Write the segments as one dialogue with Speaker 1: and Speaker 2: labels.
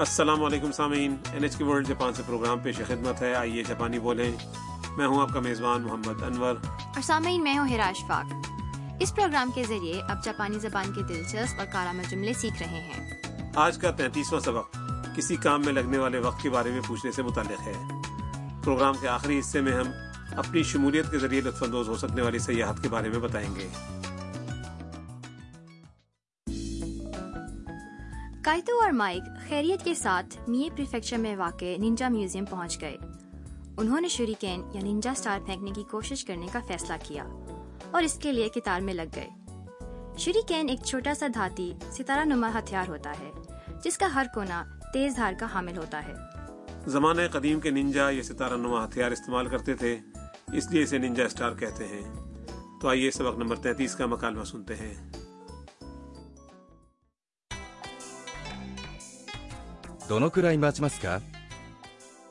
Speaker 1: السلام علیکم سامعین N H K world Japan سے پروگرام پیش خدمت ہے آئیے جاپانی بولیں میں ہوں آپ کا میزبان محمد انور
Speaker 2: اور سامعین میں ہوں ہراش فاق اس پروگرام کے ذریعے آپ جاپانی زبان کے دلچسپ اور کارآمد جملے سیکھ رہے ہیں
Speaker 1: آج کا پینتیسواں سبق کسی کام میں لگنے والے وقت کے بارے میں پوچھنے سے متعلق ہے پروگرام کے آخری حصے میں ہم اپنی شمولیت کے ذریعے لطف اندوز ہو سکنے والی سیاحت کے بارے میں بتائیں گے
Speaker 2: کائتو اور مائک خیریت کے ساتھ میے پریفیکچر میں واقع ننجا میوزیم پہنچ گئے انہوں نے شوریکین یا ننجا سٹار پھینکنے کی کوشش کرنے کا فیصلہ کیا اور اس کے لیے کتار میں لگ گئے شوریکین ایک چھوٹا سا دھاتی ستارہ نما ہتھیار ہوتا ہے جس کا ہر کونا تیز دھار کا حامل ہوتا ہے
Speaker 1: زمانہ قدیم کے ننجا یہ ستارہ نما ہتھیار استعمال کرتے تھے اس لیے اسے ننجا اسٹار کہتے ہیں تو آئیے سبق نمبر تینتیس کا مکالمہ سنتے ہیں
Speaker 3: どのくらい待ちますか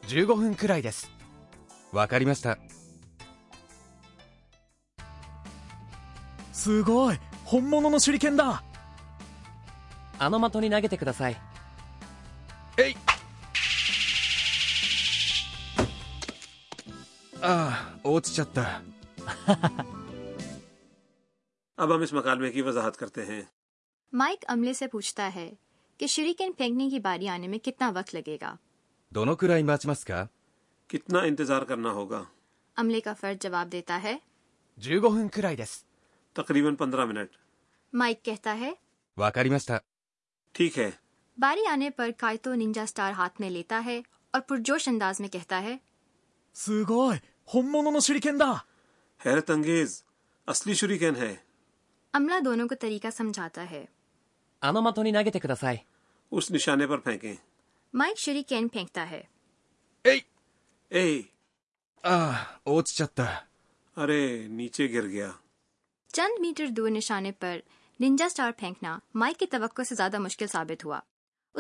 Speaker 4: 15分くらいです
Speaker 3: わかりました
Speaker 4: すごい本物の手裏剣だ
Speaker 5: あの的に投げてください
Speaker 3: ああ落ちちゃった
Speaker 1: اب ہم اس مکالمے کی وضاحت کرتے ہیں
Speaker 2: مائک عملے سے پوچھتا ہے کہ شوریکین پھینکنے کی باری آنے میں کتنا وقت لگے گا
Speaker 3: どのくらい待ちますか
Speaker 1: کتنا انتظار کرنا ہوگا
Speaker 2: عملے کا فرد جواب دیتا ہے
Speaker 4: 15分くらいです
Speaker 1: تقریباً پندرہ منٹ
Speaker 2: مائک کہتا ہے
Speaker 3: わかりました。
Speaker 1: ٹھیک ہے
Speaker 2: باری آنے پر کائتو ننجا سٹار ہاتھ میں لیتا ہے اور پرجوش انداز میں کہتا ہے
Speaker 4: すごい本物の手裏剣だ
Speaker 1: حیرت انگیز اصلی شریکین ہے
Speaker 2: عملہ دونوں کو طریقہ سمجھاتا ہے
Speaker 5: あの的に投げてください
Speaker 1: اس نشانے پر پھینکیں
Speaker 2: مائک شریکین پھینکتا ہے
Speaker 3: えい
Speaker 1: اے
Speaker 3: ああ落ちちゃった。
Speaker 1: ارے نیچے گر گیا
Speaker 2: چند میٹر دور نشانے پر ننجا سٹار پھینکنا مائک کی توقع سے زیادہ مشکل ثابت ہوا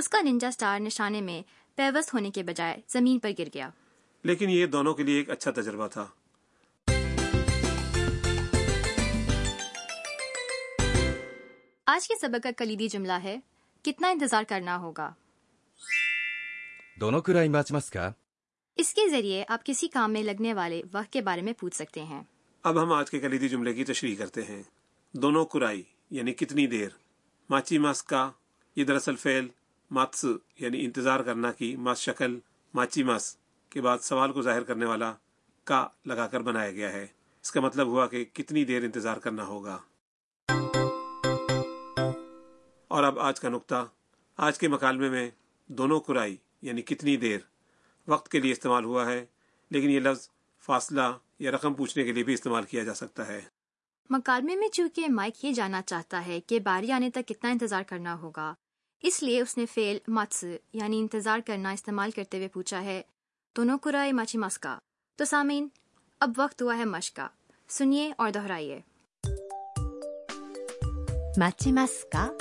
Speaker 2: اس کا ننجا سٹار نشانے میں پیوست ہونے کے بجائے زمین پر گر گیا
Speaker 1: لیکن یہ دونوں کے لیے ایک اچھا تجربہ تھا
Speaker 2: آج کے سبق کا کلیدی جملہ ہے کتنا انتظار کرنا ہوگا
Speaker 3: どのくらい待ちますか
Speaker 2: اس کے ذریعے آپ کسی کام میں لگنے والے وقت کے بارے میں پوچھ سکتے ہیں
Speaker 1: اب ہم آج کے کلیدی جملے کی تشریح کرتے ہیں دونوں کرائی یعنی کتنی دیر ماچی ماس کا یہ دراصل فعل ماتس یعنی انتظار کرنا کی ماس شکل ماچی ماس کے بعد سوال کو ظاہر کرنے والا کا لگا کر بنایا گیا ہے اس کا مطلب ہوا کہ کتنی دیر انتظار کرنا ہوگا اور اب آج کا نقطہ آج کے مکالمے میں دونوں کرائی یعنی کتنی دیر وقت کے لیے استعمال ہوا ہے لیکن یہ لفظ فاصلہ یا رقم پوچھنے کے لیے بھی استعمال کیا جا سکتا ہے
Speaker 2: مکالمے میں چونکہ مائک یہ جاننا چاہتا ہے کہ باری آنے تک کتنا انتظار کرنا ہوگا اس لیے اس نے فعل ماتس یعنی انتظار کرنا استعمال کرتے ہوئے پوچھا ہے دونوں کرائے ماچی مس کا تو سامعین اب وقت ہوا ہے مشق کا سنیے اور دہرائیے
Speaker 6: 待ちますか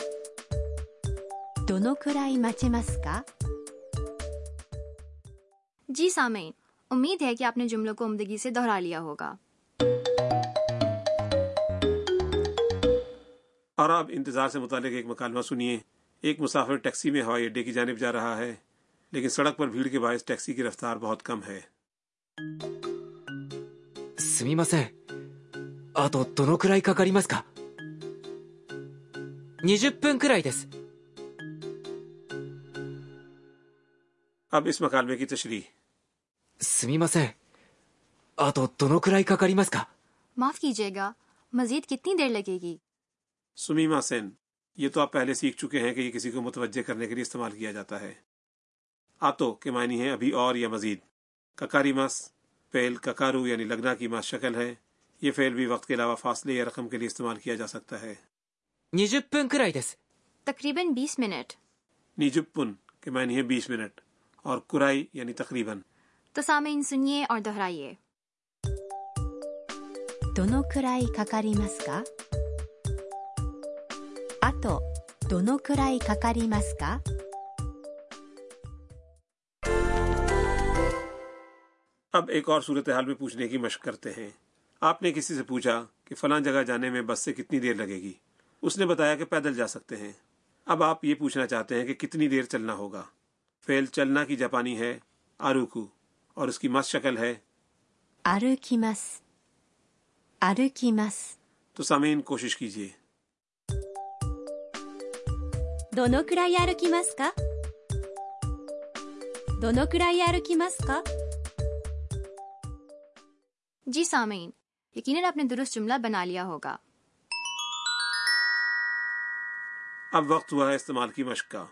Speaker 6: どのくらい待ちますか
Speaker 2: جی سامعین امید ہے کہ آپ نے جملوں کو عمدگی سے دہرا لیا ہوگا
Speaker 1: اور اب انتظار سے متعلق ایک مکالمہ سنیے ایک مسافر ٹیکسی میں ہوائی اڈے کی جانب جا رہا ہے لیکن سڑک پر بھیڑ کے باعث ٹیکسی کی رفتار بہت کم ہے
Speaker 7: すみませんあとどのくらいかかりますか20分くらいです
Speaker 1: اب اس مکالمے کی تشریح
Speaker 7: すみませんあとどのくらいかかりますか
Speaker 2: معاف کیجیے گا مزید کتنی دیر لگے گی
Speaker 1: سمیما سین یہ تو آپ پہلے سیکھ چکے ہیں کہ یہ کسی کو متوجہ کرنے کے لیے استعمال کیا جاتا ہے آتو کے معنی ہیں ابھی اور یا مزید ککاری ماس فعل ککارو یعنی لگنا کی ماس شکل ہے یہ فعل بھی وقت کے علاوہ فاصلے یا رقم کے لیے استعمال کیا جا سکتا ہے
Speaker 7: 20分くらいです
Speaker 2: تقریباً بیس منٹ
Speaker 1: نیجب پن کے معنی ہے بیس منٹ اور کرائی یعنی تقریباً
Speaker 2: تو سامعین سنیے اور دہرائیے
Speaker 6: どのくらいかかりますかあとどのくらいかかりますか
Speaker 1: اب ایک اور صورتحال میں پوچھنے کی مشق کرتے ہیں آپ نے کسی سے پوچھا کہ فلاں جگہ جانے میں بس سے کتنی دیر لگے گی اس نے بتایا کہ پیدل جا سکتے ہیں اب آپ یہ پوچھنا چاہتے ہیں کہ کتنی دیر چلنا ہوگا فعل چلنا کی جاپانی ہے آروکو اور اس کی مس شکل ہے
Speaker 6: 歩きます歩きます。
Speaker 1: تو سامعین کوشش کیجیے
Speaker 6: どのくらい歩きますかどのくらい歩きますか
Speaker 2: جی سامعین یقیناً آپ نے درست جملہ بنا لیا ہوگا
Speaker 1: اب وقت ہوا ہے استعمال کی مشق کا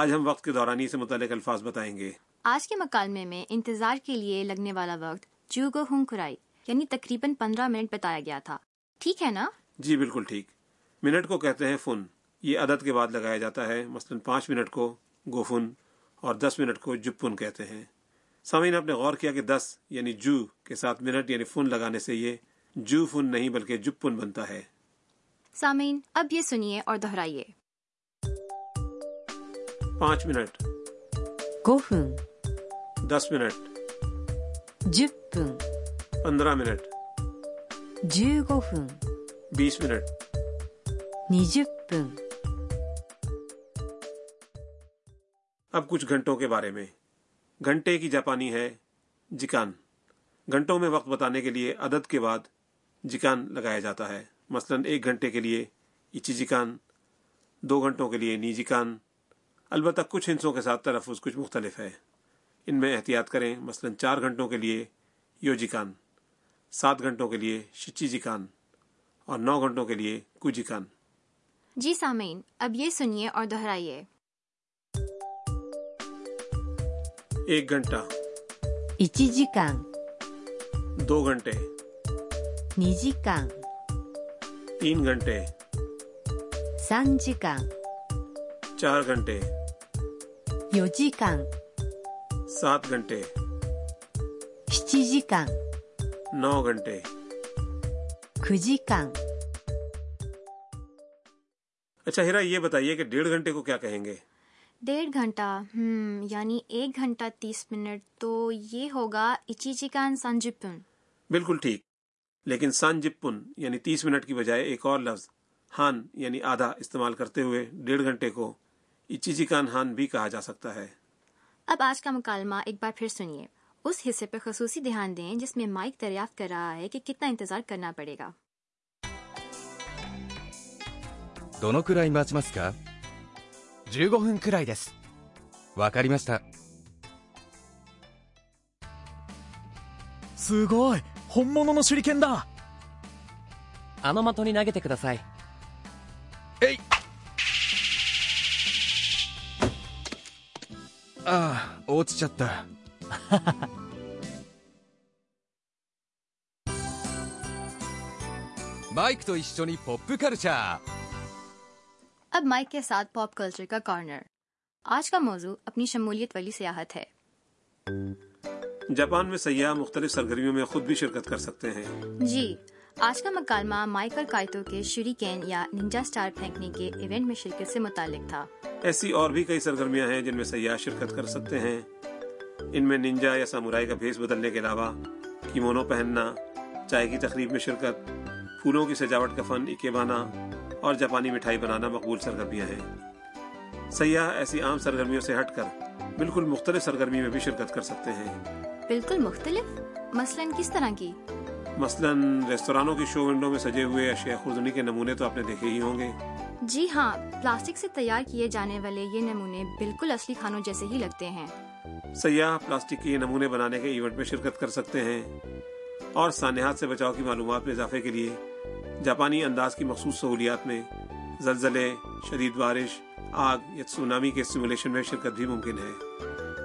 Speaker 1: آج ہم وقت کے دورانی سے متعلق الفاظ بتائیں گے
Speaker 2: آج کے مکالمے میں انتظار کے لیے لگنے والا وقت جوگو ہوں کرائی یعنی تقریباً پندرہ منٹ بتایا گیا تھا ٹھیک ہے نا
Speaker 1: جی بالکل ٹھیک منٹ کو کہتے ہیں فن یہ عدد کے بعد لگایا جاتا ہے مثلا پانچ منٹ کو گوفن اور دس منٹ کو جپن کہتے ہیں سامعین آپ نے غور کیا کہ دس یعنی جو کے ساتھ منٹ یعنی فن لگانے سے یہ جو فن نہیں بلکہ جپن بنتا ہے
Speaker 2: سامعین اب یہ سنیے اور دہرائیے
Speaker 1: پانچ منٹ
Speaker 6: 5分
Speaker 1: دس منٹ
Speaker 6: 10分
Speaker 1: پندرہ منٹ
Speaker 6: 15分
Speaker 1: بیس منٹ
Speaker 6: 20分
Speaker 1: اب کچھ گھنٹوں کے بارے میں گھنٹے کی جاپانی ہے جکان گھنٹوں میں وقت بتانے کے لیے عدد کے بعد جکان لگایا جاتا ہے مثلا ایک گھنٹے کے لیے اچی جکان دو گھنٹوں کے لیے نی جکان البتہ کچھ ہنسوں کے ساتھ تلفظ کچھ مختلف ہے ان میں احتیاط کریں مثلا چار گھنٹوں کے لیے یو جکان سات گھنٹوں کے لیے شچی جکان اور نو گھنٹوں کے لیے کو جکان
Speaker 2: جی سامعین اب یہ سنیے اور دہرائیے
Speaker 1: ایک گھنٹہ
Speaker 6: 1時間
Speaker 1: دو گھنٹے
Speaker 6: 2時間
Speaker 1: تین گھنٹے
Speaker 6: 3時間
Speaker 1: چار گھنٹے
Speaker 6: 4時間
Speaker 1: سات گھنٹے
Speaker 6: 7時間
Speaker 1: نو گھنٹے
Speaker 6: 9時間
Speaker 1: اچھا ہیرا یہ بتائیے کہ ڈیڑھ گھنٹے کو کیا کہیں گے
Speaker 2: ڈیڑھ گھنٹہ ہم یعنی ایک گھنٹہ تیس منٹ تو یہ ہوگا اچی چکان سنجپن
Speaker 1: بالکل ٹھیک لیکن سان جپن یعنی تیس منٹ کی بجائے ایک اور لفظ ہان یعنی آدھا استعمال کرتے ہوئے ڈیڑھ گھنٹے کو اچیجی کان ہان بھی کہا جا سکتا ہے
Speaker 2: اب آج کا مکالمہ ایک بار پھر سنیے اس حصے پہ خصوصی دھیان دیں جس میں مائک دریافت کر رہا ہے کہ کتنا انتظار کرنا پڑے گا
Speaker 3: どのくらい待ちますか
Speaker 4: 15分くらいです
Speaker 3: わかりました
Speaker 4: すごい本物の手裏剣だ
Speaker 5: あの的に投げてください
Speaker 3: ああ落ちちゃった マイクと一緒にポップカルチャー
Speaker 2: اب مائک کے ساتھ پاپ کلچر کا کارنر آج کا موضوع اپنی شمولیت والی سیاحت ہے
Speaker 1: جاپان میں سیاح مختلف سرگرمیوں میں خود بھی شرکت کر سکتے ہیں
Speaker 2: جی آج کا مکالمہ مائیکل کائتو کے شریکین یا ننجا سٹار پھینکنے کے ایونٹ میں شرکت سے متعلق تھا
Speaker 1: ایسی اور بھی کئی سرگرمیاں ہیں جن میں سیاح شرکت کر سکتے ہیں ان میں ننجا یا سامورائی کا بھیس بدلنے کے علاوہ کیمونو پہننا چائے کی تقریب میں شرکت پھولوں کی سجاوٹ کا فن اکیبانا اور جاپانی مٹھائی بنانا مقبول سرگرمیاں ہیں سیاح ایسی عام سرگرمیوں سے ہٹ کر بالکل مختلف سرگرمی میں بھی شرکت کر سکتے ہیں
Speaker 2: بالکل مختلف مثلا کس طرح کی
Speaker 1: مثلا ریستورانوں کی شو ونڈو میں سجے ہوئے اشیاء خوردنی کے نمونے تو آپ نے دیکھے ہی ہوں گے
Speaker 2: جی ہاں پلاسٹک سے تیار کیے جانے والے یہ نمونے بالکل اصلی کھانوں جیسے ہی لگتے ہیں
Speaker 1: سیاح پلاسٹک کے نمونے بنانے کے ایونٹ میں شرکت کر سکتے ہیں اور سانحات سے بچاؤ کی معلومات میں اضافے کے لیے جاپانی انداز کی مخصوص سہولیات میں زلزلے شدید بارش آگ یا سونامی کے سیمولیشن میں شرکت بھی ممکن ہے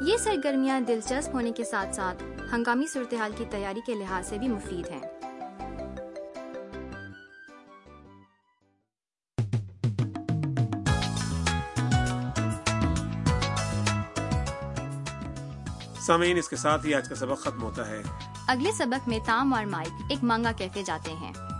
Speaker 2: یہ سرگرمیاں دلچسپ ہونے کے ساتھ ساتھ ہنگامی صورتحال کی تیاری کے لحاظ سے بھی مفید ہیں
Speaker 1: سامعین اس کے ساتھ ہی آج کا سبق ختم ہوتا ہے
Speaker 2: اگلے سبق میں تام اور مائک ایک مانگا کیفے جاتے ہیں